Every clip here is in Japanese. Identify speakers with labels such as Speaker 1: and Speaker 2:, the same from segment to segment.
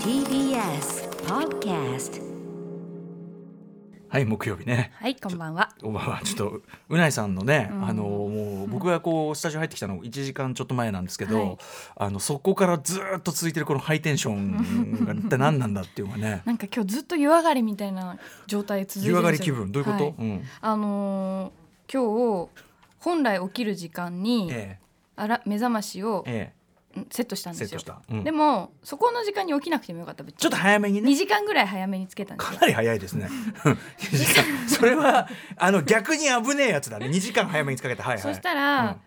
Speaker 1: TBS Podcast
Speaker 2: はい木曜日ね
Speaker 3: はい、こんばんは。
Speaker 2: おばはちょっとうないさんのね、あのもう僕がこうスタジオ入ってきたの1時間ちょっと前なんですけど、
Speaker 3: はい
Speaker 2: あのそこからずーっと続いてるこのハイテンションが一体何なんだっていうのがね
Speaker 3: なんか今日ずっと湯上がりみたいな状態続いて
Speaker 2: 湯
Speaker 3: る
Speaker 2: 上
Speaker 3: ん
Speaker 2: が
Speaker 3: で
Speaker 2: り
Speaker 3: すよ
Speaker 2: 気分どういうこと、
Speaker 3: は
Speaker 2: うん
Speaker 3: あのー今日本来起きる時間に
Speaker 2: え
Speaker 3: あら目覚ましを
Speaker 2: ええ
Speaker 3: んセットした
Speaker 2: え、
Speaker 3: ん
Speaker 2: セ
Speaker 3: で
Speaker 2: ッ
Speaker 3: す
Speaker 2: ト
Speaker 3: よ
Speaker 2: し。た、うん
Speaker 3: でもそこの時間に起きなくてもよかった。別に
Speaker 2: ちょっと早めにね
Speaker 3: 二時間ぐらい早めにつけたんです
Speaker 2: か
Speaker 3: よ。
Speaker 2: なり早いですね二時間それはあの逆に危ねえやつだね2時間早めにかけてはいはい
Speaker 3: そした
Speaker 2: う
Speaker 3: ら、
Speaker 2: ん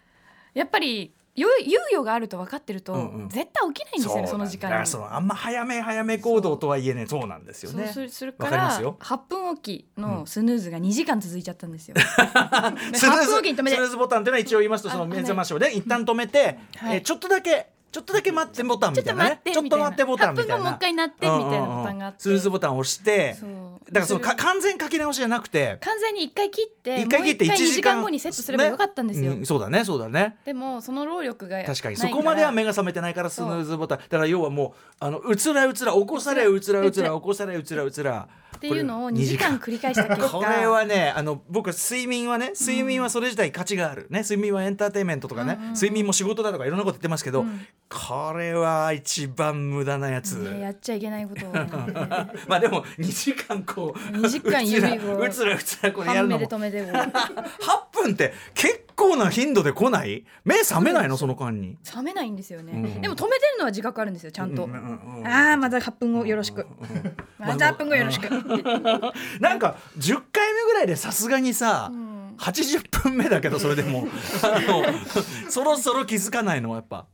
Speaker 3: やっぱり猶猶予があると分かってると、
Speaker 2: うんうん
Speaker 3: 絶対起きないんですよねその時
Speaker 2: だか
Speaker 3: 間
Speaker 2: ら
Speaker 3: に。
Speaker 2: そのあんま早め早め行動とはいえねそうなんですよ
Speaker 3: そう
Speaker 2: ね
Speaker 3: するする
Speaker 2: わ
Speaker 3: か
Speaker 2: かりま
Speaker 3: ら
Speaker 2: すよ
Speaker 3: 8分おきのスヌーズが2時間続いちゃったんです よ。で
Speaker 2: スヌー
Speaker 3: 8
Speaker 2: ズ
Speaker 3: 分おきに止め
Speaker 2: ス
Speaker 3: て
Speaker 2: ヌーズボタンってのは一応言いますとその
Speaker 3: あ
Speaker 2: 目覚ましをね一旦止めて、
Speaker 3: は
Speaker 2: え
Speaker 3: い
Speaker 2: ーちょっとだけちょっとだけ待ってボタン
Speaker 3: ち
Speaker 2: みい
Speaker 3: ょったと
Speaker 2: な
Speaker 3: 待っ
Speaker 2: ね
Speaker 3: て
Speaker 2: ちょっと待ってボタンみたいな
Speaker 3: 8分後もう一回鳴ってみたいなボタンがあっ
Speaker 2: うんうんうん
Speaker 3: て
Speaker 2: スヌーズボタンを押して
Speaker 3: そう
Speaker 2: だからそのか
Speaker 3: それ
Speaker 2: 完全書き直しじゃなくて
Speaker 3: 完全に1回切って
Speaker 2: 一回切って
Speaker 3: もう
Speaker 2: 一
Speaker 3: 一回2
Speaker 2: 時
Speaker 3: 時
Speaker 2: 間
Speaker 3: 間後にセットすればよかったんですよ、
Speaker 2: うんそうだねそうだね
Speaker 3: でもその労力が
Speaker 2: 確かに
Speaker 3: ない
Speaker 2: そこ
Speaker 3: ら
Speaker 2: までは目が覚めてないからスヌーズボタンだから要はもうあのうつらうつら起こされうつらうつら起こされうつらうつら
Speaker 3: っていうのを2時間繰り返した結果
Speaker 2: これはねあの僕は睡眠はね睡眠はそれ自体価値がある、ね睡眠はエンターテインメントとかね、睡眠も仕事だとかいろんなこと言ってますけど、これは一番無駄なやつ。
Speaker 3: ねやっちゃいけないことを 2
Speaker 2: まあでも2時間こう
Speaker 3: 2時間指を
Speaker 2: うつらうつらうつらこれやる
Speaker 3: 半目
Speaker 2: の
Speaker 3: で
Speaker 2: も
Speaker 3: 止
Speaker 2: 8
Speaker 3: めてこう
Speaker 2: 分って結構な頻度で来ない目覚めないのその間に。
Speaker 3: 冷めないんですよね、
Speaker 2: うん
Speaker 3: でも止めてるのは自覚あるんですよちゃんと、
Speaker 2: うんうんうん
Speaker 3: ああまた8分後よろしく、 また8分後よろしく、
Speaker 2: なんか10回目ぐらいでさすがにさ、
Speaker 3: ん
Speaker 2: 80分目だけどそれでも あのそろそろ気づかないのはやっぱ。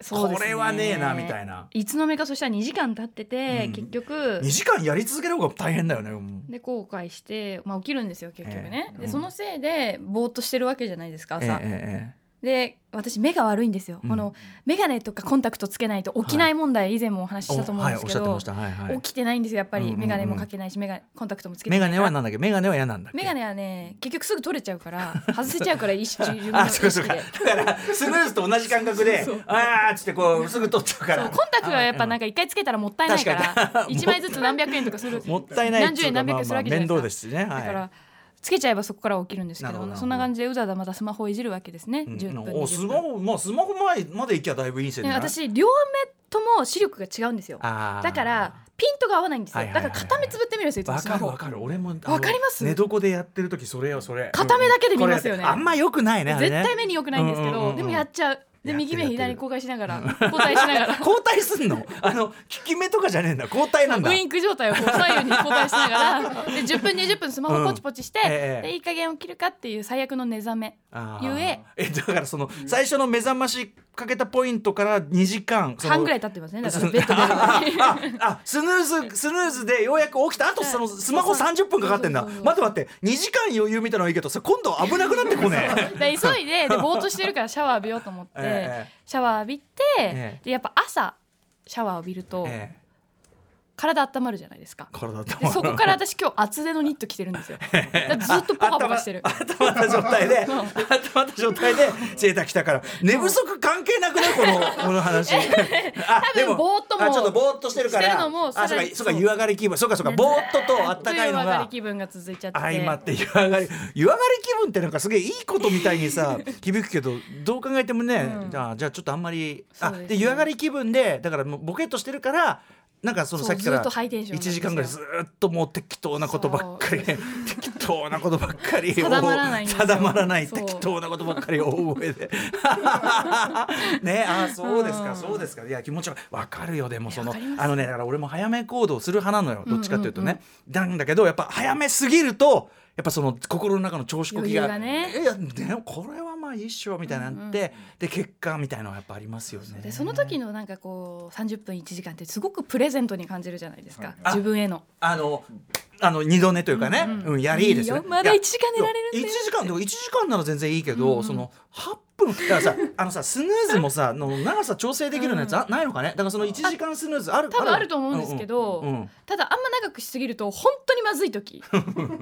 Speaker 3: そうです
Speaker 2: これはねえなみたいない
Speaker 3: つの間にかそしたら2時間経ってて、
Speaker 2: うん
Speaker 3: 結局
Speaker 2: 2時間やり続ける方が大変だよね。もう
Speaker 3: で後悔して、まあ、起きるんですよ結局ね、
Speaker 2: ええう
Speaker 3: で
Speaker 2: ん
Speaker 3: そのせいでぼーっとしてるわけじゃないですか
Speaker 2: ええ
Speaker 3: 朝、
Speaker 2: え
Speaker 3: で私目が悪いんですよ、
Speaker 2: うん
Speaker 3: この眼鏡とかコンタクトつけないと起きない問題以前もお話し
Speaker 2: え
Speaker 3: したと思うんですけど、
Speaker 2: はい、おっしゃってました。はいはい。
Speaker 3: 起きてないんですよやっぱ
Speaker 2: うんうん
Speaker 3: り
Speaker 2: うん
Speaker 3: 眼鏡もかけないし眼鏡コンタクトもつけて
Speaker 2: メ
Speaker 3: な
Speaker 2: ガ
Speaker 3: い
Speaker 2: ネはなんだっけ、メガネは嫌なんだっけ。
Speaker 3: 眼鏡はね結局すぐ取れちゃうから外せちゃうから一瞬自分 の
Speaker 2: あ、
Speaker 3: 意
Speaker 2: そうかそ
Speaker 3: 識
Speaker 2: う
Speaker 3: で
Speaker 2: か。だからスヌーズと同じ感覚で、ああっつってこうすぐ取っちゃうか
Speaker 3: そ
Speaker 2: ら。
Speaker 3: うコンタクトはやっぱなん
Speaker 2: か
Speaker 3: か一回つけたらもったいな いか
Speaker 2: 確からに
Speaker 3: 一枚ずつ何百円とかする
Speaker 2: もったいないっ
Speaker 3: 何
Speaker 2: つ
Speaker 3: 十
Speaker 2: うか。
Speaker 3: 円何百円するわけじゃないです
Speaker 2: まあま
Speaker 3: か、
Speaker 2: あ面倒ですしね。はい。
Speaker 3: だからつけちゃえばそこから起きるんですけ
Speaker 2: なるほ
Speaker 3: ど
Speaker 2: ど
Speaker 3: そんな感じでうだうだまたスマホをいじるわけですね、
Speaker 2: うん
Speaker 3: 10分
Speaker 2: お
Speaker 3: 20
Speaker 2: ス
Speaker 3: 分
Speaker 2: マホまあスマホ前まで行きゃだいぶいい線
Speaker 3: ね
Speaker 2: だな。
Speaker 3: 私両目とも視力が違うんですよ
Speaker 2: あー
Speaker 3: だからピントが合わないんです
Speaker 2: は
Speaker 3: よ、
Speaker 2: いはいはいはい
Speaker 3: だから片目つぶってみるんですよいつも
Speaker 2: わ
Speaker 3: ス
Speaker 2: か
Speaker 3: マ
Speaker 2: る
Speaker 3: ホ
Speaker 2: わかる俺もわ
Speaker 3: わかります
Speaker 2: 寝床でやってる時それよそれ
Speaker 3: 片目だけで見ますよね
Speaker 2: これあんま良くないねあれ
Speaker 3: 絶
Speaker 2: ね
Speaker 3: 対目に良くないんですけど、
Speaker 2: うんうんうんうん
Speaker 3: でもやっちゃうで
Speaker 2: やってる
Speaker 3: 右目
Speaker 2: やってる
Speaker 3: 左に交代しながら交代しな がら
Speaker 2: 交代すんのあの効き目とかじゃねえんだ交代なんだ
Speaker 3: ウインク状態をこう左右に交代しながらで10分20分スマホポチポチして、
Speaker 2: うんええ
Speaker 3: でいい加減起きるかっていう最悪の寝覚め
Speaker 2: あ
Speaker 3: ゆ
Speaker 2: ー
Speaker 3: え
Speaker 2: えだからその最初の目覚ましかけたポイントから2時間その
Speaker 3: 半ぐらい経ってますねだからベッド
Speaker 2: あ
Speaker 3: 出るの
Speaker 2: ああスヌーズスヌーズでようやく起きたあとそのスマホ30分かかってんだ
Speaker 3: そうそう
Speaker 2: 待
Speaker 3: そう
Speaker 2: って待って2時間余裕みたいなのはいいけどさ今度危なくなってこねえ
Speaker 3: に で急いででぼーっとしてるからシャワー浴びようと思って、
Speaker 2: ええ
Speaker 3: シャワー浴びて、
Speaker 2: ええ
Speaker 3: でやっぱ朝シャワー浴びると、
Speaker 2: ええ
Speaker 3: 体温まるじゃないですか。
Speaker 2: 体だ
Speaker 3: でそこから私今日厚手のニット着てる んですよ。だからずっとポカポカしてる。
Speaker 2: 頭た状態で頭た状態でセーター来たから寝不足関係なくねこのこの 話あ
Speaker 3: 多分ぼーっとも
Speaker 2: あちょっとぼーっとしてるから
Speaker 3: してるのも
Speaker 2: あそう
Speaker 3: さら
Speaker 2: か
Speaker 3: に
Speaker 2: そうか湯上がり気分そうかそうかぼーっととあった かいの
Speaker 3: とう上がり
Speaker 2: が
Speaker 3: 気分が続いちゃって。
Speaker 2: 相まって湯上がり湯上がり気分ってなんかすげえいいことみたいに さ響くけどどう考えてもね、
Speaker 3: うん
Speaker 2: じゃあじゃあちょっとあんまりあ
Speaker 3: そうです
Speaker 2: で
Speaker 3: ね
Speaker 2: 湯上がり気分でだからもうボケっとしてるからなんかその
Speaker 3: そ
Speaker 2: さ
Speaker 3: う
Speaker 2: っきから
Speaker 3: ずっとハイテンション
Speaker 2: 1
Speaker 3: なんですよ
Speaker 2: 時間ぐらいずーっともう適当なことばっかりね 適当なことばっかり
Speaker 3: 定まらないんですよ
Speaker 2: 定まらない
Speaker 3: そう
Speaker 2: 適当なことばっかり大声 でねあそうですか、そうですかいや気持ちはわかるよでもその
Speaker 3: わかります
Speaker 2: あのねだから俺も早め行動する派なのよどっちかというとね、なんだけどやっぱ早めすぎるとやっぱその心の中の調子こきが
Speaker 3: 余裕がね
Speaker 2: いやでもこれはまあ一緒みたいになって、で結果みたいなのはやっぱありますよね。
Speaker 3: でその時のなんかこう30分1時間ってすごくプレゼントに感じるじゃないですか
Speaker 2: あ
Speaker 3: 自分への
Speaker 2: あのあの二度寝というかね、うんやりいいですね
Speaker 3: いいよまだ
Speaker 2: いや
Speaker 3: 一時間寝られるんだよ
Speaker 2: いや一時間でも一時間なら全然いいけど、その八分だからさあのさスヌーズもさあの長さ調整できるようなやつ、あないのかねだからその1時間スヌーズある
Speaker 3: 多分あると思うんですけど、
Speaker 2: うんうんうん
Speaker 3: ただあんま長くしすぎると本当にまずい 時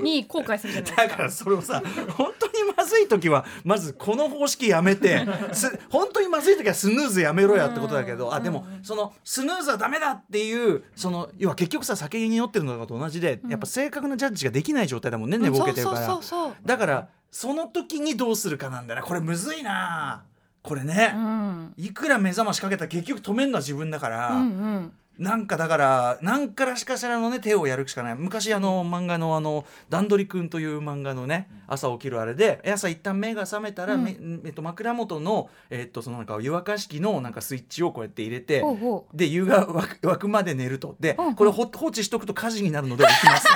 Speaker 3: に後悔するじゃないですか
Speaker 2: だからそれをさ本当にまずい時はまずこの方式やめてす本当にまずい時はスヌーズやめろやってことだけどあでもそのスヌーズはダメだっていうその要は結局さ酒に酔ってるのと同じでやっぱ正確なジャッジができない状態だもんね寝ぼけてるか
Speaker 3: そ
Speaker 2: ら
Speaker 3: うそうそう
Speaker 2: だからその時にどうするかなんだなこれむずいなこれね
Speaker 3: そう、うん
Speaker 2: いくら目覚ましかけたら結局止めるのは自分だから。
Speaker 3: うんうん
Speaker 2: なんかだから何からしかしらのね手をやるしかない昔あの漫画のあの「段取りくん」という漫画のね朝起きるあれで朝一旦目が覚めたら、
Speaker 3: うん
Speaker 2: めえっと、枕元の,、えっと、そのなんか湯沸かし器のなんかスイッチをこうやって入れて
Speaker 3: ほうほう
Speaker 2: で湯が沸く沸くまで寝るとで
Speaker 3: うん
Speaker 2: これほ放置しとくと火事になるので起きます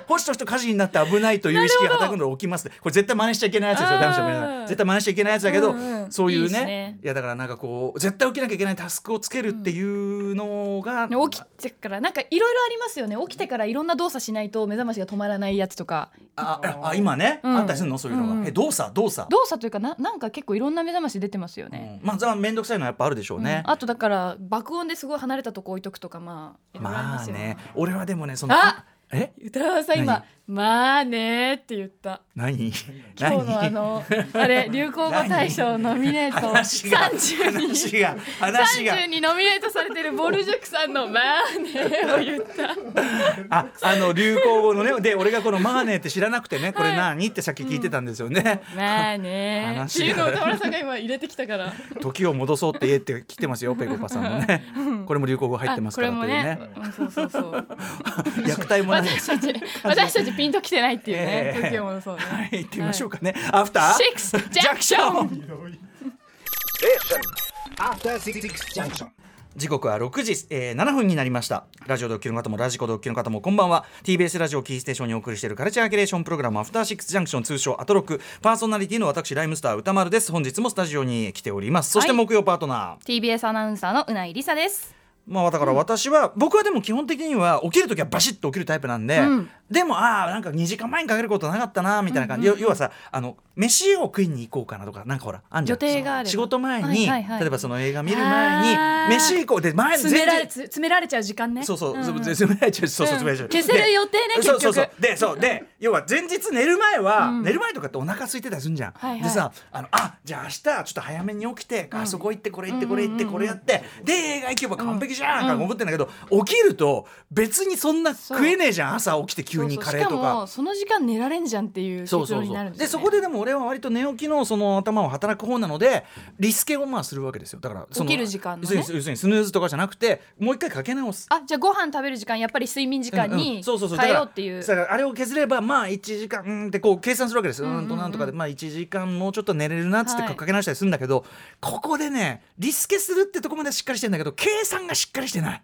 Speaker 2: 放置しとくと火事になって危ないという意識が働くので起きますこれ絶対真似しちゃいけないやつですよ
Speaker 3: あー
Speaker 2: 男子も絶対真似しちゃいけないやつだけど、
Speaker 3: うんうん
Speaker 2: そういう
Speaker 3: い
Speaker 2: ね
Speaker 3: いですね
Speaker 2: いやだからなんかこう絶対起きなきゃいけないタスクをつけるっていうのが、
Speaker 3: 起きてからなんかいろいろありますよね起きてからいろんな動作しないと目覚ましが止まらないやつとか
Speaker 2: あああ今ね、
Speaker 3: うん
Speaker 2: あったりするのそういうのが、
Speaker 3: うんうん
Speaker 2: え動作動作、
Speaker 3: 動作というかななんか結構いろんな目覚まし出てますよ
Speaker 2: う
Speaker 3: ね、
Speaker 2: んまあざ面倒くさいのはやっぱあるでしょうね、
Speaker 3: うんあとだから爆音ですごい離れたとこ置いとくとかまあいろいろり
Speaker 2: まあ
Speaker 3: すよ
Speaker 2: ね俺はでもねその
Speaker 3: あ
Speaker 2: え
Speaker 3: 歌川さん今「まあね」って言った
Speaker 2: 何
Speaker 3: 今日のあ
Speaker 2: 何
Speaker 3: のあれ流行語大賞ノミネート
Speaker 2: 話が話
Speaker 3: 32
Speaker 2: が話が
Speaker 3: 30にノミネートされてるボルジュクさんの「まあね」を言った
Speaker 2: ああの流行語のねで俺がこの「マーネー」って知らなくてねこれ何ってさっき聞いてたんですよね、
Speaker 3: 「まあね」っていうのを田村さんが今入れてきたから
Speaker 2: 時を戻そうって言えって来てますよペコパさんもねこれも流行語入ってますから
Speaker 3: あ
Speaker 2: と
Speaker 3: こ
Speaker 2: いう
Speaker 3: れも
Speaker 2: ね
Speaker 3: ねうんそうそ うそう
Speaker 2: 虐待もない
Speaker 3: 私たち私たちピンときてないっていうね
Speaker 2: ええ
Speaker 3: 時を戻そうね
Speaker 2: はい行ってみましょうかね、アフター
Speaker 3: シックスジャクション
Speaker 4: After Six Junction.
Speaker 2: 時刻は6時、えー7分になりましたラジオ同級の方もラジコ同級の方もこんばんは TBS ラジオキーステーションにお送りしているカルチャーキュレーションプログラムアフターシックスジャンクション通称アトロクパーソナリティの私ライムスター歌丸です本日もスタジオに来ておりますそして
Speaker 3: はい
Speaker 2: 木曜パートナー、
Speaker 3: TBS アナウンサーのうないりさです
Speaker 2: まあだから私は、僕はでも基本的には起きる時はバシッと起きるタイプなんで、
Speaker 3: うん
Speaker 2: でもああなんか2時間前にかけることなかったなみたいな感じ、要要はさあの飯を食いに行こうかなとかなんかほらあんじゃん
Speaker 3: 予定があれば
Speaker 2: 仕事前に、
Speaker 3: はいはいはい
Speaker 2: 例えばその映画見る
Speaker 3: あ
Speaker 2: 前
Speaker 3: ー
Speaker 2: に飯行こうで前
Speaker 3: 詰められ
Speaker 2: 全然
Speaker 3: つ詰められちゃう時間ね
Speaker 2: そうそう、
Speaker 3: んん
Speaker 2: 全然ないちゃうそうそう、詰められちゃう
Speaker 3: 消せる予定ね
Speaker 2: で
Speaker 3: 結
Speaker 2: そう
Speaker 3: 局
Speaker 2: そうそうでそうで要は前日寝る前は、
Speaker 3: うん
Speaker 2: 寝る前とかってお腹空いてたりするんじゃん、
Speaker 3: はいはい
Speaker 2: でさあのあじゃあ明日ちょっと早めに起きて、あそこ行ってこれ行ってこれ行ってこれやって、で映画行けば完璧じゃん、とか思ってんだけど起きると別にそんな食えねえじゃん朝起きて急にカレーと
Speaker 3: そうそうしかも
Speaker 2: か。
Speaker 3: その時間寝られんじゃんっていう結
Speaker 2: そうそ
Speaker 3: 論
Speaker 2: う
Speaker 3: に
Speaker 2: そ
Speaker 3: なる
Speaker 2: うん
Speaker 3: です
Speaker 2: で
Speaker 3: よ
Speaker 2: そ
Speaker 3: ね
Speaker 2: こででも俺は割と寝起きのその頭を働く方なのでリスケをまあするわけですよだからその
Speaker 3: 起きる時間のね
Speaker 2: 要するに要するにスヌーズとかじゃなくてもう一回かけ直す
Speaker 3: あじゃあご飯食べる時間やっぱり睡眠時間
Speaker 2: ん
Speaker 3: に
Speaker 2: んそうそうそう
Speaker 3: 変えようっていう,、
Speaker 2: だからだからあれを削ればまあ1時間うんってこう計算するわけですよ、
Speaker 3: うんうんう
Speaker 2: なん
Speaker 3: ん
Speaker 2: となんとかでまあ1時間もうちょっと寝れるなっつって
Speaker 3: はい
Speaker 2: かけ直したりするんだけど、ここでねリスケするってとこまではしっかりしてんだけど計算がしっかりしてない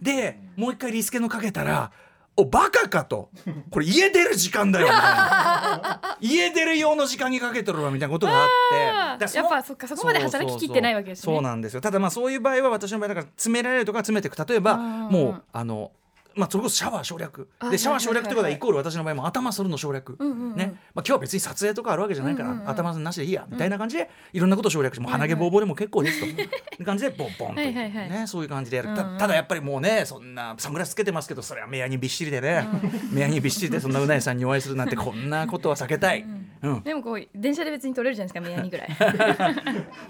Speaker 2: でもう一回リスケのかけたらおバカかとこれ家出る時間だ よみたいな家出る用の時間にかけてるわみたいなことがあって
Speaker 3: あー
Speaker 2: だらの
Speaker 3: やっぱそっかそこまで働ききってないわけですね
Speaker 2: そうそうそうそうなんですよただまあそういう場合は私の場合だから詰められるとか詰めていく例えば
Speaker 3: うん
Speaker 2: もうあのまあ、それこそシャワー省略
Speaker 3: あ
Speaker 2: でシャワー省略ってこと
Speaker 3: は
Speaker 2: はい
Speaker 3: はいは
Speaker 2: イ
Speaker 3: い
Speaker 2: コール私の場合も頭剃るの省略、
Speaker 3: んうんうん
Speaker 2: ねまあ、今日は別に撮影とかあるわけじゃないから、
Speaker 3: うんうんうん
Speaker 2: 頭なしでいいやみたいな感じでいろんなことを省略してもう鼻毛ボーボーでも結構ですと、いう感じでボンボンと、
Speaker 3: はいはいはい
Speaker 2: ね、そういう感じでやる、
Speaker 3: うんう
Speaker 2: た
Speaker 3: ん
Speaker 2: ただやっぱりもうねそんなサングラスつけてますけどそれは目やにびっしりでね、目やにびっしりでそんなうなえさんにお会いするなんてこんなことは避けたい。うん、
Speaker 3: でもこう電車で別に取れるじゃな いですか目やにぐらい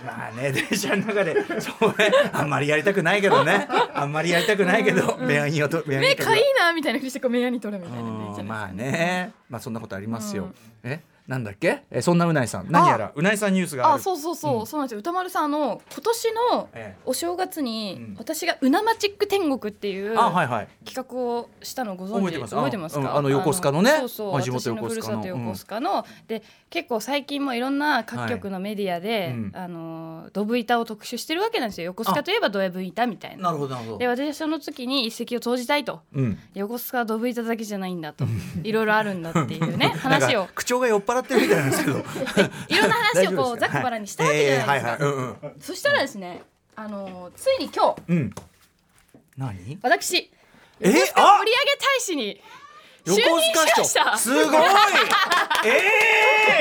Speaker 2: まあね 電車の中でそうねあんまりやりたくないけどねあんまりやりたくないけど目やにはと目やに
Speaker 3: 目
Speaker 2: はと
Speaker 3: かいいなみたいなふりしてこう目やに取るみたいなね
Speaker 2: うん
Speaker 3: じゃない
Speaker 2: まあねまあそんなことありますよ、
Speaker 3: うん
Speaker 2: えなんだっけえそんなうないさん何やらうないさんニュースがある
Speaker 3: あそうそうそう、そうなんですよ歌丸さんあの今年の
Speaker 2: ええ
Speaker 3: お正月に、
Speaker 2: うん
Speaker 3: 私が「うなまチック天国」っていう
Speaker 2: あ
Speaker 3: 企
Speaker 2: はいはい
Speaker 3: 画をしたのご存知
Speaker 2: 覚えてます
Speaker 3: 覚えてます
Speaker 2: うん
Speaker 3: か
Speaker 2: あの横須賀のね
Speaker 3: あそうそう
Speaker 2: あ地元
Speaker 3: 私の
Speaker 2: 横須賀の
Speaker 3: ふるさと横須賀の、で結構最近もいろんな各局のメディアで、
Speaker 2: うん
Speaker 3: あのドブ板を特集してるわけなんですよ横須賀といえばドエブ板みたいな
Speaker 2: なるほどなるほ
Speaker 3: で
Speaker 2: ど
Speaker 3: 私はその時に一石を投じたいと
Speaker 2: うん
Speaker 3: 横須賀はドブ板だけじゃないんだといろいろあるんだってい うね話
Speaker 2: なん
Speaker 3: を
Speaker 2: か口調が酔っ払ってるみたいなん ですけど
Speaker 3: いろんな話をこう
Speaker 2: 大丈夫です
Speaker 3: ざっくばらんにしたわけじゃないですか、
Speaker 2: えーはいはいうんうん
Speaker 3: そしたらですねあのついに今日
Speaker 2: うん何
Speaker 3: 私
Speaker 2: え
Speaker 3: 横須
Speaker 2: あ
Speaker 3: 賀盛り上げ大使に
Speaker 2: 横須賀市
Speaker 5: 就任し
Speaker 2: 長
Speaker 5: ました
Speaker 2: すごいええ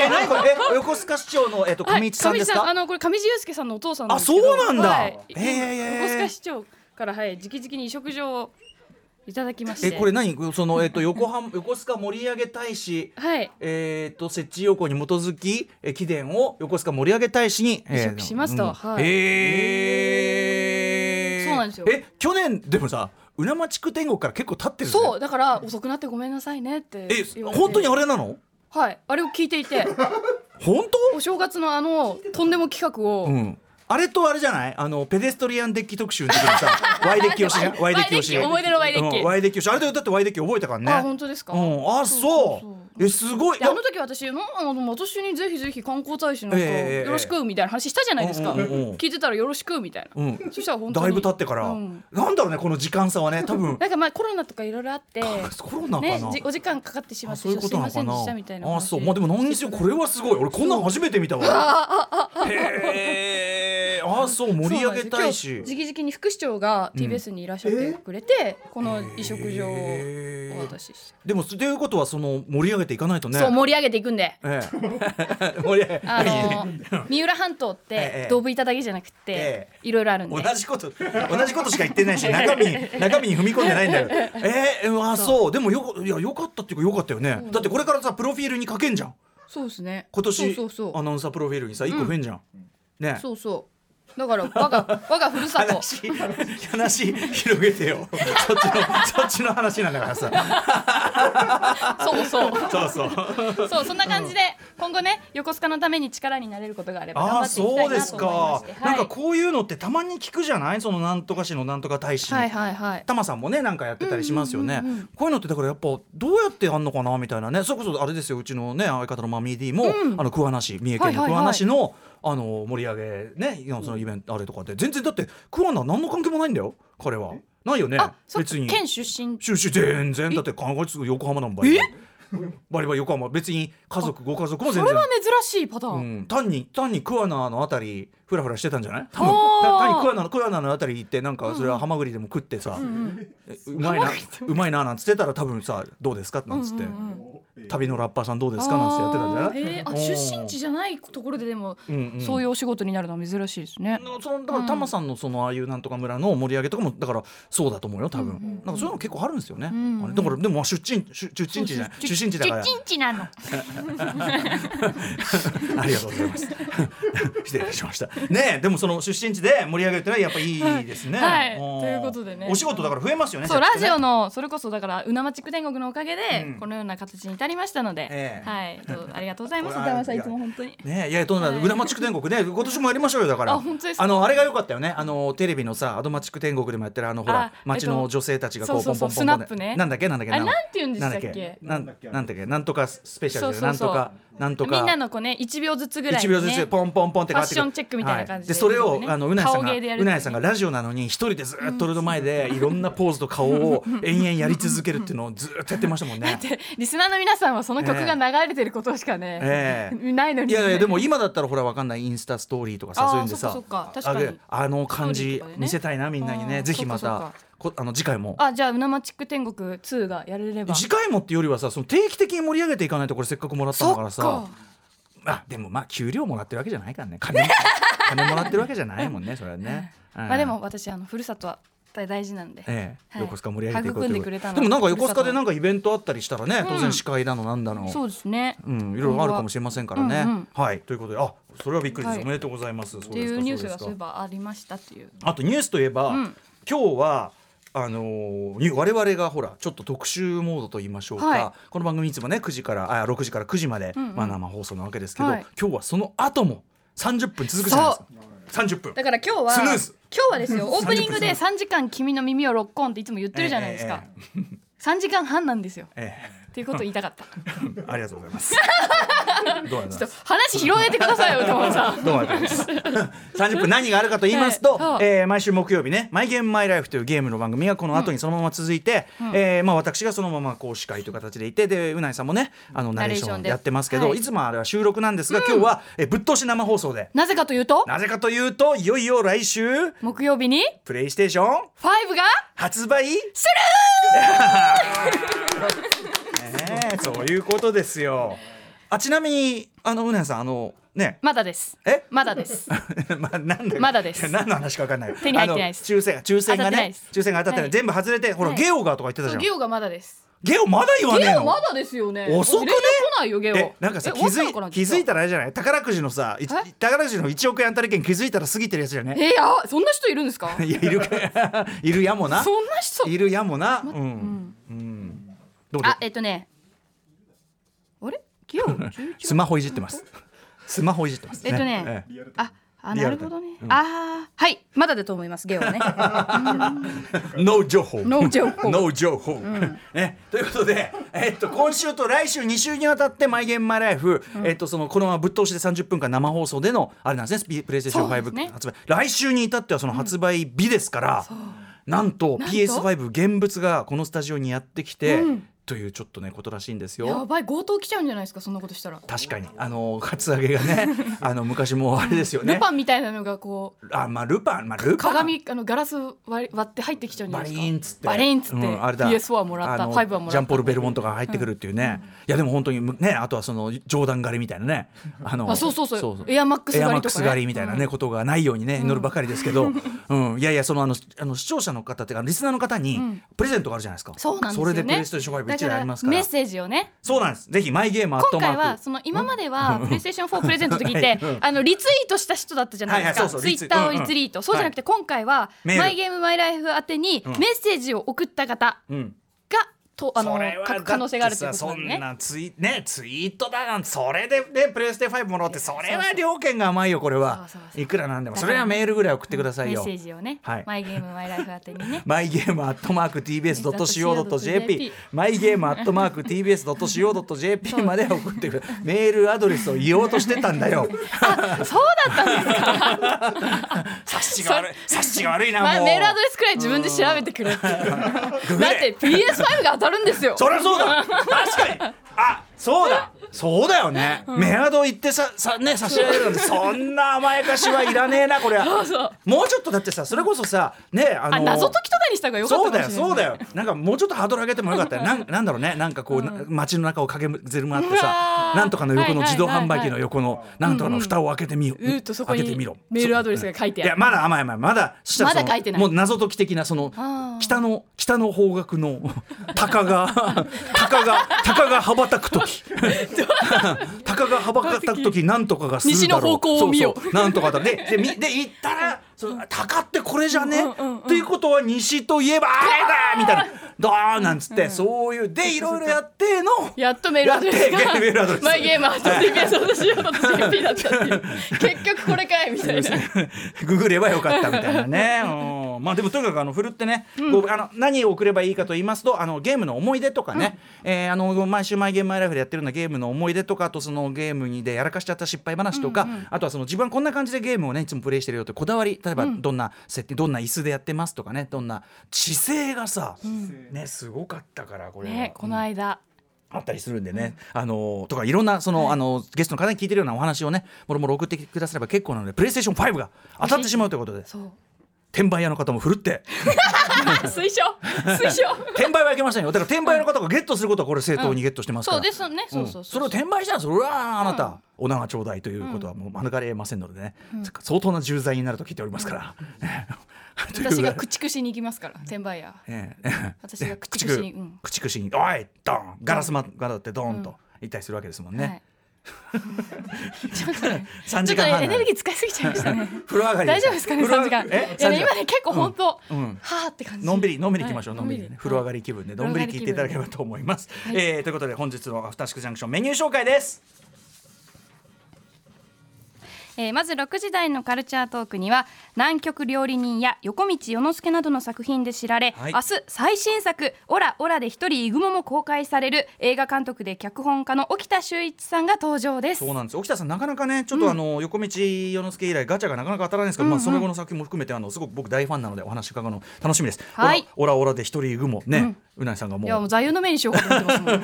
Speaker 2: え何これえ横須賀市長のえっと
Speaker 3: はい
Speaker 2: 上市さんです
Speaker 3: 上地あ
Speaker 2: か
Speaker 3: のこれ上地雄介さんのお父さん
Speaker 2: あ
Speaker 3: ですけど
Speaker 2: そうなんだ
Speaker 3: はい、
Speaker 2: へえ
Speaker 3: 横須賀市長からはい直々に委嘱状をいただきまして
Speaker 2: えこれ 何そのえっと横浜 横須賀盛り上げ大使
Speaker 3: はい
Speaker 2: えー、と設置要項に基づき、えー、貴殿を横須賀盛り上げ大使に
Speaker 3: 移植しますとはい
Speaker 2: え
Speaker 3: そうなんですよ
Speaker 2: え去年でもさ宇奈町区天国から結構経ってるね
Speaker 3: そうだから遅くなってごめんなさいねって
Speaker 2: え
Speaker 3: 言われて
Speaker 2: 本当にあれなの
Speaker 3: はいあれを聞いて いて
Speaker 2: 本
Speaker 3: お正月のあのとんでも企画
Speaker 2: 当
Speaker 3: を、
Speaker 2: うんあれとあれじゃないあのペデストリアンデッキ特集の時にさ ワイデッキをしねワイデッキをし
Speaker 3: 思い出のワイデッキ
Speaker 2: うんワイデッキをしあれだよだってワイデッキ覚えたからね
Speaker 3: あ本当ですか、
Speaker 2: うん、あそうえすごい
Speaker 3: であの時私のあの私にぜひぜひ観光大使の
Speaker 2: え
Speaker 3: 人
Speaker 2: えええ
Speaker 3: よろしくみたいな話したじゃないですか、
Speaker 2: うんうんうんうん
Speaker 3: 聞いてたらよろしくみたいな、
Speaker 2: うん
Speaker 3: そしたら本当に
Speaker 2: だいぶ経ってから、
Speaker 3: うん
Speaker 2: なんだろうねこの時間差はね多 分
Speaker 3: なんかまあコロナとかいろいろあって
Speaker 2: コロナか
Speaker 3: ね
Speaker 2: な、
Speaker 3: じお時間かかってしま
Speaker 2: あ
Speaker 3: って
Speaker 2: そういうことなの
Speaker 3: すい
Speaker 2: か
Speaker 3: ませんでしたみたいな
Speaker 2: な。あそう。
Speaker 3: 話
Speaker 2: まあでも何にせよこれはすごい。俺こんなん初めて見たわ。へえ。あそう盛り上げたい
Speaker 3: そうな
Speaker 2: し
Speaker 3: んです。よ今日直々に副市長が TBS にいらっしゃってくれて、この移植状をお渡しして、
Speaker 2: でもということはその盛り上げていかないとね。
Speaker 3: そう盛り上げていくんで
Speaker 2: ええ盛り上げ。
Speaker 3: あの 三浦半島っ
Speaker 2: ええ
Speaker 3: て動物だけじゃなく
Speaker 2: え
Speaker 3: ていろいろあるんで
Speaker 2: 同じこと同じことしか言ってないし中身に中身に踏み込んでないんだ よ。えー、あそうでもよいやよかったっていうかよかったよね。だってこれからさプロフィールに書けんじゃん。
Speaker 3: そうですね
Speaker 2: 今年
Speaker 3: そうそう
Speaker 2: ア
Speaker 3: そ
Speaker 2: ナウンサープロフィールにさ一個増えんじゃん。ね
Speaker 3: う。そうそうだから 我が我がふるさと
Speaker 2: 話話広げてよそっちのそっちの話なんだからさ
Speaker 3: そう そう
Speaker 2: そうそう
Speaker 3: そうそんな感じで今後ね横須賀のために力になれることがあれば頑
Speaker 2: ああ
Speaker 3: 張っていきた
Speaker 2: そ
Speaker 3: いう
Speaker 2: で
Speaker 3: な
Speaker 2: す
Speaker 3: と思
Speaker 2: か
Speaker 3: いまして
Speaker 2: なん
Speaker 3: は
Speaker 2: か
Speaker 3: い
Speaker 2: こういうのってたまに聞くじゃないそのなんとか市のなんとか大使
Speaker 3: はいはいはい
Speaker 2: タマさんもねなんかやってたりしますよね、
Speaker 3: うんうんうんうん
Speaker 2: こういうのってだからやっぱどうやってやんのかなみたいなねそれこそあれですようちのね相方のマミー D も、
Speaker 3: うん
Speaker 2: あの桑名市三重県の
Speaker 3: はいはいはい
Speaker 2: 桑名市の、あの盛り上げねそのイベントあれとかって全然だって桑名何の関係もないんだよ彼はないよね
Speaker 3: あそっ
Speaker 2: 別に
Speaker 3: 県出身
Speaker 2: 収集全然だって考えつく横浜なんばいバリバリ横浜別に家族ご家族も
Speaker 3: そ
Speaker 2: 全
Speaker 3: れ
Speaker 2: 然
Speaker 3: は珍しいパター
Speaker 2: う
Speaker 3: ン、
Speaker 2: ん、単に単に桑名のあたりフラフラしてたんじゃない多分
Speaker 3: あー
Speaker 2: た単に桑名の桑名のあたり行ってなんかそれはハマグリでも食ってさ、うまいなうまいななんつってたら多分さどうですかなんつって、旅のラッパーさんどうですかなんつってやってたんじゃない
Speaker 3: あーへーあ出身地じゃないところででも、
Speaker 2: んうん
Speaker 3: そういうお仕事になるのは珍しいですね、
Speaker 2: のそのだからタマさんのそのああいうなんとか村の盛り上げとかもだからそうだと思うよ多分、なんかそういうの結構あるんですよね、あれだからでもまあ出身出出身地じゃない出身地だから
Speaker 3: 出身地なの
Speaker 2: ありがとうございます。失礼しました。ねえ、でもその出身地で盛り上げるってのはやっぱいいですね。
Speaker 3: はいはい
Speaker 2: うん
Speaker 3: ということでね
Speaker 2: お仕事だから増えますよね。
Speaker 3: そう
Speaker 2: き
Speaker 3: ラ
Speaker 2: っとね
Speaker 3: ジオのそれこそだからうなまちく天国のおかげで、
Speaker 2: うん
Speaker 3: このような形に至りましたので、
Speaker 2: ええ
Speaker 3: はいど うありがとうございます
Speaker 2: これ
Speaker 3: 歌丸さんいつも本当に
Speaker 2: ねえ、いや、どうなる、グラマチック天国ね、今年もやりましょうよ、だから。
Speaker 3: あ本当ですか
Speaker 2: あの、あれが良かったよね、あの、テレビのさ、アドマチック天国でもやってる、あの、ほら
Speaker 3: あ、
Speaker 2: 街
Speaker 3: えっ
Speaker 2: の
Speaker 3: と
Speaker 2: 女性たちがこう、
Speaker 3: そ
Speaker 2: ポ
Speaker 3: う
Speaker 2: ン
Speaker 3: そ
Speaker 2: ポ
Speaker 3: うそう
Speaker 2: ンポンポンね。
Speaker 3: スナップね
Speaker 2: なんだっけ、なんだっけ、
Speaker 3: あれなんて言うんでしたっけ
Speaker 2: なんだっけ、なんなんだっけ、なんとかスペシャルで、
Speaker 3: そ
Speaker 2: な
Speaker 3: うそ
Speaker 2: んと
Speaker 3: うそう
Speaker 2: か、なんとか。
Speaker 3: みんなのこうね1秒ずつぐらい、ね、
Speaker 2: 1秒ずつポンポンポンって変わってくる
Speaker 3: ファッションチェックみたいな感じで
Speaker 2: はそれを
Speaker 3: ね
Speaker 2: あのうなやさんが
Speaker 3: 顔芸でやる
Speaker 2: うなやさんがラジオなのに一人でずっと俺の前でいろんなポーズと顔を延々やり続けるっていうのをずっとやってましたもん ね。
Speaker 3: リスナーの皆さんはその曲が流れてることしかね、
Speaker 2: ええ
Speaker 3: ないのに、
Speaker 2: い
Speaker 3: ね、
Speaker 2: やいやでも今だったらほらわかんないインスタストーリーとかさ
Speaker 3: あー
Speaker 2: そういうんでさ
Speaker 3: そっかそっか確かに
Speaker 2: ああの感じ
Speaker 3: ストーリーとかでね
Speaker 2: 見せたいなみんなに
Speaker 3: あ
Speaker 2: ね
Speaker 3: ー
Speaker 2: ぜひま
Speaker 3: そっか
Speaker 2: たこあの次回も
Speaker 3: あじゃあうなまちく天国2がやれれば
Speaker 2: 次回もっていうよりはさその定期的に盛り上げていかないとこれせっかくもらったんだからさ
Speaker 3: そっ
Speaker 2: あでもまあ給料もらってるわけじゃないからね金も 金もらってるわけじゃないもんねそれはね。うん
Speaker 3: まあでも私あのふるさとは大事なんで、
Speaker 2: ええ
Speaker 3: はい
Speaker 2: 横須賀盛り上げていこうと
Speaker 3: 育ん
Speaker 2: い
Speaker 3: で
Speaker 2: う
Speaker 3: くれた
Speaker 2: でもなんか横須賀でなん
Speaker 3: か
Speaker 2: んかイベントあったりしたらね、当然司会だのなんだの
Speaker 3: そうですね、
Speaker 2: うん、いろいろあるかもしれませんからね。
Speaker 3: うんうん
Speaker 2: はいということであそれはびっくりです、
Speaker 3: はい
Speaker 2: おめでとうございます。そ
Speaker 3: っていう
Speaker 2: ですか
Speaker 3: ニュースが
Speaker 2: そ
Speaker 3: そう
Speaker 2: うで
Speaker 3: いえ
Speaker 2: すか
Speaker 3: ばありましたっていう
Speaker 2: あとニュースといえば、
Speaker 3: うん
Speaker 2: 今日はあのーニュー我々がほらちょっと特集モードと言いましょうか、
Speaker 3: は
Speaker 2: この番組いつもね9時からあ6時から9時まで、まあ、生放送なわけですけど、
Speaker 3: はい
Speaker 2: 今日はその後も30分続くじゃないですか30分。
Speaker 3: だから今日は
Speaker 2: スヌー
Speaker 3: 今
Speaker 2: ズ
Speaker 3: 日 はですよオープニングで3時間君の耳をロックオンっていつも言ってるじゃないですか、
Speaker 2: え
Speaker 3: 3時間半なんですよ
Speaker 2: ええ
Speaker 3: っていうことを言いたかっ たち
Speaker 2: えありがとうござい ます。どうなんです
Speaker 3: ょっと話広げてくださいよ歌丸さ ん
Speaker 2: どうもありがとうございます。30分何があるかと言いますと、
Speaker 3: はい
Speaker 2: えー毎週木曜日ね「マイゲームマイライフ」というゲームの番組がこの後にそのまま続いて、えーまあ、私がそのままこう司会という形でいてでうないさんもねあのナレーシ
Speaker 3: ナレーシ
Speaker 2: ョ
Speaker 3: ョ
Speaker 2: ン
Speaker 3: ンで
Speaker 2: やってますけど、
Speaker 3: はい
Speaker 2: い、つもあれは収録なんですが、今日は、えーぶっ通し生放送で。
Speaker 3: なぜかというと
Speaker 2: なぜかというといよいよ来週
Speaker 3: 木曜日に
Speaker 2: プレイステーション
Speaker 3: 5が
Speaker 2: 発売するそういうことですよ。あちなみにあのうなやさんあのね
Speaker 3: まだです
Speaker 2: え
Speaker 3: まだ です
Speaker 2: まなんだ
Speaker 3: まだです
Speaker 2: 何の話かわかんない
Speaker 3: 手に入ってないです
Speaker 2: あの抽選抽選が
Speaker 3: 当たってない
Speaker 2: ね
Speaker 3: です
Speaker 2: 抽選が当たってない、
Speaker 3: はい
Speaker 2: 全部外れてほら、
Speaker 3: はい
Speaker 2: ゲオがとか言ってたじゃん
Speaker 5: ゲオがまだです
Speaker 2: ゲオまだ言わね
Speaker 3: ゲ
Speaker 2: え
Speaker 3: オ
Speaker 2: の
Speaker 3: まだですよね
Speaker 2: 遅くね
Speaker 3: 連絡来ないよゲオ
Speaker 2: えなんかさ
Speaker 3: え
Speaker 2: 気
Speaker 3: 終わった
Speaker 2: づ
Speaker 3: のかない
Speaker 2: 気づいたらあれじゃない宝くじのさい
Speaker 3: え
Speaker 2: 宝くじの1億円当たり券気づいたら過ぎてるやつじゃね
Speaker 3: えー、あそんな人いるんですか
Speaker 2: いやいるかいるやもな
Speaker 3: そんな人
Speaker 2: いるやもなうん、うん、どうで
Speaker 3: あえっとねあれ ゲオ11
Speaker 2: スマホいじってますスマホいじってます、
Speaker 3: えっとね
Speaker 2: ええ
Speaker 3: ああ
Speaker 2: リアル
Speaker 3: なる
Speaker 2: タイ
Speaker 3: ほ
Speaker 2: ム
Speaker 3: どね、ああはいまだだと思いますゲオ はね
Speaker 2: ノー情報。
Speaker 3: No 情報
Speaker 2: ノー情報。ね、ということで、えっと、今週と来週2週にわたって、マイゲームマイライフ、えっと、その、このままぶっ通しで30分間生放送での、あれなんですね、スピプレイステーション
Speaker 3: そうですね
Speaker 2: 5発売、来週に至ってはその発売日ですから、なんと
Speaker 3: なんと
Speaker 2: PS5 現物がこのスタジオにやってきて、というちょっとね、ことらしいんですよ。
Speaker 3: やばい強盗来ちゃうんじゃないですかそんなことしたら、
Speaker 2: 確かに、あの、カツアゲが ね、あの、昔もうあれですよね
Speaker 3: ル。パンみたいなのがこう
Speaker 2: あ、まあ、ルパン、まあ、ルパン。
Speaker 3: 鏡あのガラス割り割って入ってきちゃうんじゃ
Speaker 2: バ
Speaker 3: ない
Speaker 2: リ
Speaker 3: ですか
Speaker 2: ーンっつって
Speaker 3: バリーンっつっ
Speaker 2: う
Speaker 3: て、
Speaker 2: ん
Speaker 3: PS4 はもらっ
Speaker 2: あ
Speaker 3: た
Speaker 2: の
Speaker 3: 5はもらった
Speaker 2: ジャンポール・ベルモントが入ってくるっていうね、いやでも本当にねあとはその冗談狩りみたいなねあの
Speaker 3: あそうそうそうエアマックス
Speaker 2: エ
Speaker 3: 狩りとかね
Speaker 2: アマックス狩りみたいなね、ことがないようにね祈るばかりですけど、うんいやいやそのあのあの視聴者の方っていうかリスナーの方にプレゼントがあるじゃないですか、
Speaker 3: そうなんですよ
Speaker 2: そ
Speaker 3: ね
Speaker 2: れでプレステーション5
Speaker 3: だ
Speaker 2: 一
Speaker 3: か
Speaker 2: 台あ
Speaker 3: ら
Speaker 2: り
Speaker 3: メ
Speaker 2: ますから
Speaker 3: ッセージをね
Speaker 2: そうなんですぜひマイゲームアット
Speaker 3: 今
Speaker 2: マー
Speaker 3: 回
Speaker 2: ク
Speaker 3: はその今まではプレイステーション4プレゼントの時って、あのリツイートした人だったじゃないで
Speaker 2: はいは
Speaker 3: す
Speaker 2: い
Speaker 3: か
Speaker 2: そうそう
Speaker 3: ツイッターをリツイー
Speaker 2: う
Speaker 3: ト、
Speaker 2: ん
Speaker 3: そうじゃなくて今回は「
Speaker 2: メール
Speaker 3: マイゲームマイライフ」宛てにメッセージを送った方
Speaker 2: うん
Speaker 3: がとあの
Speaker 2: それは
Speaker 3: 書く可能性があるということ
Speaker 2: だ
Speaker 3: な
Speaker 2: ってさそん
Speaker 3: んでね。
Speaker 2: なツイ,、ね、ツイートだなんてそれで、ね、プレステ5もらおうってそれは料金が甘いよこれは
Speaker 3: そうそうそう
Speaker 2: いくらなんでも
Speaker 3: だ
Speaker 2: そ
Speaker 3: から
Speaker 2: れはメールぐらい送ってください
Speaker 3: メッ
Speaker 2: よ
Speaker 3: セ。ージをね、
Speaker 2: はい
Speaker 3: マイゲームマイライフ宛てにね
Speaker 2: マイゲームアットマーク TBS.CO.JP
Speaker 3: .co.jp
Speaker 2: マイゲームアットマーク TBS.CO.JP まで送ってくるメールアドレスを言おうとしてたんだ よ
Speaker 3: そうだったんで す
Speaker 2: 察しが悪い察しが悪いなも
Speaker 3: まあ、
Speaker 2: う
Speaker 3: メールアドレスくらい自分で調べてくれっていう だ
Speaker 2: ググれ
Speaker 3: って PS5 が当たるんですよ
Speaker 2: そりゃそうだ確かにあそうだそうだよね、メアド行ってささね差し上げるなんてそんな甘やかしはいらねえなこれはもうちょっとだってさそれこそさねあの
Speaker 3: あ謎解きとかにした方が良かった
Speaker 2: そ
Speaker 3: か
Speaker 2: う
Speaker 3: もし
Speaker 2: だ
Speaker 3: れな
Speaker 2: よそ
Speaker 3: い
Speaker 2: うだよなんかもうちょっとハードル上げてもよかったよなんなんだろうねなんかこう、な街の中を駆けずり回って
Speaker 3: うわ
Speaker 2: さ
Speaker 3: ー
Speaker 2: なんとかの横の
Speaker 3: はいはいはいはい
Speaker 2: 自動販売機の横のなんとかの蓋を開けてみよ、
Speaker 3: うーっとそこ
Speaker 2: 開けて
Speaker 3: に
Speaker 2: みろ
Speaker 3: メールアドレスが書い
Speaker 2: い
Speaker 3: てあ
Speaker 2: や
Speaker 3: る
Speaker 2: まだ甘い甘いまだしたらその
Speaker 3: まだ書いてない
Speaker 2: もう謎解き的なその
Speaker 3: あー
Speaker 2: 北の北の方角の 鷹が 鷹が鷹が羽ばたく時鷹が羽ばたく時なんとかがするだろう
Speaker 3: 西の方向を見よ
Speaker 2: そうそうなんとかだででみで行ったらその鷹ってこれじゃね、っていうことは西といえばあれだみたいなどーなんつって、そういうでいろいろやっての
Speaker 3: やっとメールアドレス
Speaker 2: やってメールアドレ
Speaker 3: が
Speaker 2: ス
Speaker 3: マイゲームアドレスが私よ私が P だったっていう結局これかいみたいな
Speaker 2: ググればよかったみたいな ね。うんまあでもとにかくあの振るってね、こうあの何を送ればいいかと言いますと、あのゲームの思い出とかね、えーあの毎週毎ゲームマイライフでやってるようなゲームの思い出とかあとそのゲームにでやらかしちゃった失敗話とか、あとはその自分はこんな感じでゲームをねいつもプレイしてるよってこだわり、例えばどんな設定、どんな椅子でやってますとかね、どんな姿勢がさ、ねすごかったからこれは。
Speaker 3: ねこの間
Speaker 2: あったりするんでね、あのとかいろんなその、あのゲストの方に聞いてるようなお話をねもろもろ送ってくだされば結構なのでプレイステーション5が当たってしまうということで
Speaker 3: そう
Speaker 2: 転売屋の方も振るって
Speaker 3: 推奨推奨
Speaker 2: 転売はいけませんよだから転売屋の方がゲットすることはこれ正当にゲットしてますから、
Speaker 3: そうですねそう
Speaker 2: う
Speaker 3: そ
Speaker 2: ん
Speaker 3: う
Speaker 2: そ
Speaker 3: そ
Speaker 2: れを
Speaker 3: う
Speaker 2: 転売したらそれはあなた、お長頂戴ということはもう免れませんのでね、相当な重罪になると聞いておりますから。 という
Speaker 3: 私が駆逐しに行きますから転売屋
Speaker 2: ええ
Speaker 3: 私が駆
Speaker 2: 駆
Speaker 3: 逐しにう
Speaker 2: 逐
Speaker 3: ん
Speaker 2: 駆逐しに「おいドンガラス窓だってドーンと行ったりするわけですもんね。
Speaker 3: はいちょっとね
Speaker 2: 3
Speaker 3: ちょ
Speaker 2: 時
Speaker 3: っと
Speaker 2: 間半
Speaker 3: ねエネルギー使いすぎちゃいましたね
Speaker 2: 風呂上がり
Speaker 3: 大丈夫ですかね
Speaker 2: 風呂
Speaker 3: 3
Speaker 2: 上
Speaker 3: 時
Speaker 2: が
Speaker 3: 間
Speaker 2: り
Speaker 3: い
Speaker 2: え
Speaker 3: や
Speaker 2: 三
Speaker 3: ね
Speaker 2: 時
Speaker 3: 今ね結構本当
Speaker 2: うんうん
Speaker 3: はあって感じ
Speaker 2: のんびりのんびりいきましょう、
Speaker 3: はい
Speaker 2: のんびりね風呂上がり気分でのんびり聞いていただければと思います、えーということで本日のアフターシックスジャンクションメニュー紹介です
Speaker 3: えーまず6時台のカルチャートークには南極料理人や横道世之助などの作品で知られ、
Speaker 2: はい
Speaker 3: 明日最新作「オラオラで一人イグモ」も公開される映画監督で脚本家の沖田修一さんが登場です
Speaker 2: そうなんです沖田さんなかなかねちょっとあの、横道世之助以来ガチャがなかなか当たらないんですけど、まあその後の作品も含めてあのすごく僕大ファンなのでお話伺うの楽しみです、
Speaker 3: はい
Speaker 2: オラオラオラで一人イグモね、うなぎさんがも
Speaker 3: いうやもう座右の銘にしようかと思ってますもん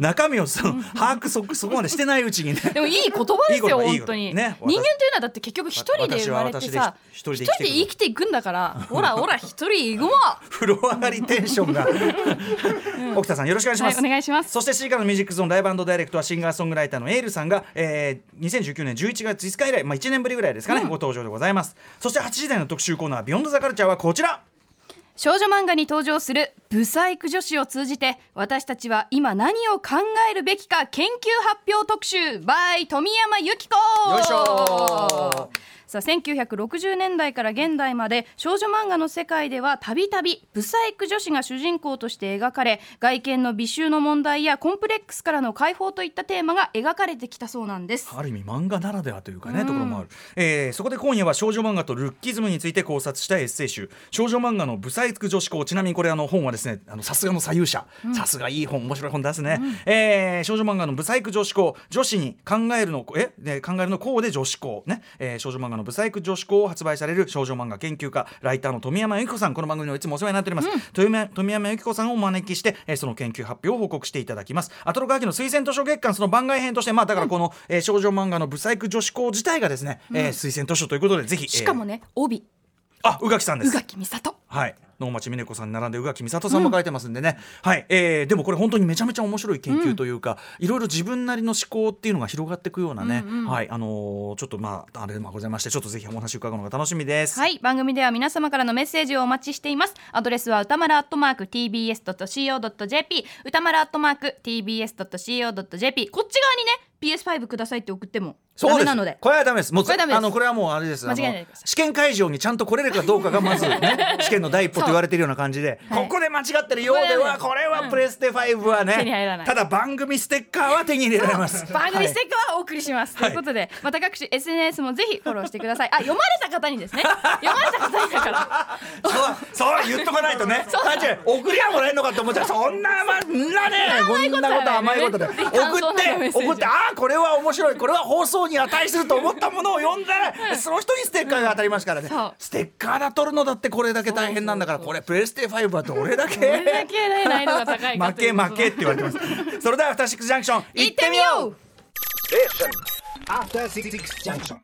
Speaker 2: な 中身をその把握そそこまでしてないうちにね
Speaker 3: でもいい言葉
Speaker 2: い
Speaker 3: ですよ
Speaker 2: い言葉いい言葉
Speaker 3: 本当に、
Speaker 2: ね
Speaker 3: 人間というのはだって結局一人で生まれて
Speaker 2: 私は
Speaker 3: さ
Speaker 2: 私で一
Speaker 3: 一
Speaker 2: 人で
Speaker 3: 人で
Speaker 2: 生きていく
Speaker 3: 生きていくんだからほらほら一人行くもん
Speaker 2: 風呂上がりテンションが奥田さんよろしくお願いします、
Speaker 3: はいお願いします
Speaker 2: そしてシーカのミュージックゾーンライブダイレクトはシンガーソングライターのエールさんが、えー、2019年11月5日以来、まあ、1年ぶりぐらいですかね、ご登場でございますそして8時台の特集コーナー「ビヨンドザカルチャーはこちら
Speaker 3: 少女漫画に登場するブサイク女子を通じて私たちは今何を考えるべきか研究発表特集 by 富山由紀子
Speaker 2: よいしょ
Speaker 3: さあ1960年代から現代まで少女漫画の世界ではたびたびブサイク女子が主人公として描かれ外見の美醜の問題やコンプレックスからの解放といったテーマが描かれてきたそうなんです。
Speaker 2: ある意味漫画ならではというかね、ところもある、えーそこで今夜は少女漫画とルッキズムについて考察したエッセイ集少女漫画のブサイク女子校ちなみにこれあの本はですねあのさすがの左右者さすがいい本面白い本出すね、えー少女漫画のブサイク女子校女子に考えるのえ、ね、考えるの校で女子校ね、えー少女漫画のブサイク女子校を発売される少女漫画研究家ライターの富山由紀子さんこの番組にはいつもお世話になっております、富山富山由紀子さんをお招きして、えーその研究発表を報告していただきますアトロク秋の推薦図書月間その番外編としてまあだからこの、えー少女漫画のブサイク女子校自体がですね、えー推薦図書ということでぜひ
Speaker 3: しかも
Speaker 2: ね、
Speaker 3: ね帯
Speaker 2: えーあ宇垣さんで
Speaker 3: 宇
Speaker 2: す
Speaker 3: 垣美里
Speaker 2: はい能町みね子さんに並んで宇垣美里さんも書いてますんでね、はい、えーでもこれ本当にめちゃめちゃ面白い研究というか、いろいろ自分なりの思考っていうのが広がっていくようなね、はいあのーちょっとまああれでもございましてちょっとぜひお話伺うのが楽しみです。
Speaker 3: はい番組では皆様からのメッセージをお待ちしていますアドレスは歌丸アットマーク tbs.co.jp 歌丸アットマーク tbs.co.jp こっち側にね PS5 くださいって送ってもダメなので
Speaker 2: これはダメです。もう
Speaker 3: これはダメです
Speaker 2: あのこれはもうあれです。あの
Speaker 3: 間違いないでください
Speaker 2: 試験会場にちゃんと来れるかどうかがまず ね試験の第一歩と言われてるような感じで、
Speaker 3: はい
Speaker 2: ここで間違ってるようでは
Speaker 3: こ
Speaker 2: これはプレステ5はね、
Speaker 3: 手に入らない
Speaker 2: ただ番組ステッカーは手に入れられます。
Speaker 3: 番組ス
Speaker 2: はい
Speaker 3: テッカーはお送りします、ということでまた各種 SNS もぜひフォローしてくださいあ読まれた方にですね読まれた方にだから
Speaker 2: そうそう言っとかないと ねあ違う送りはもらえるのかと思っちゃうそんなまんなねこんなこと甘いこと で送
Speaker 3: 甘いことはないね
Speaker 2: って
Speaker 3: 感想などメッセージ
Speaker 2: 送ってああこれは面白いこれは放送に値すると思ったものを読んだ らその人にステッカーが当たりますからね
Speaker 3: そう
Speaker 2: ステッカーだ取るのだってこれだけ大変なんだからこれプレステ5はどれだけ
Speaker 3: これだけね難易度が高いか
Speaker 2: 負
Speaker 3: とい
Speaker 2: け
Speaker 3: うこ と
Speaker 2: 負けって言われてますそれでは「アフターシックスジャンクション」
Speaker 3: 行ってみよう
Speaker 4: After Six Junction.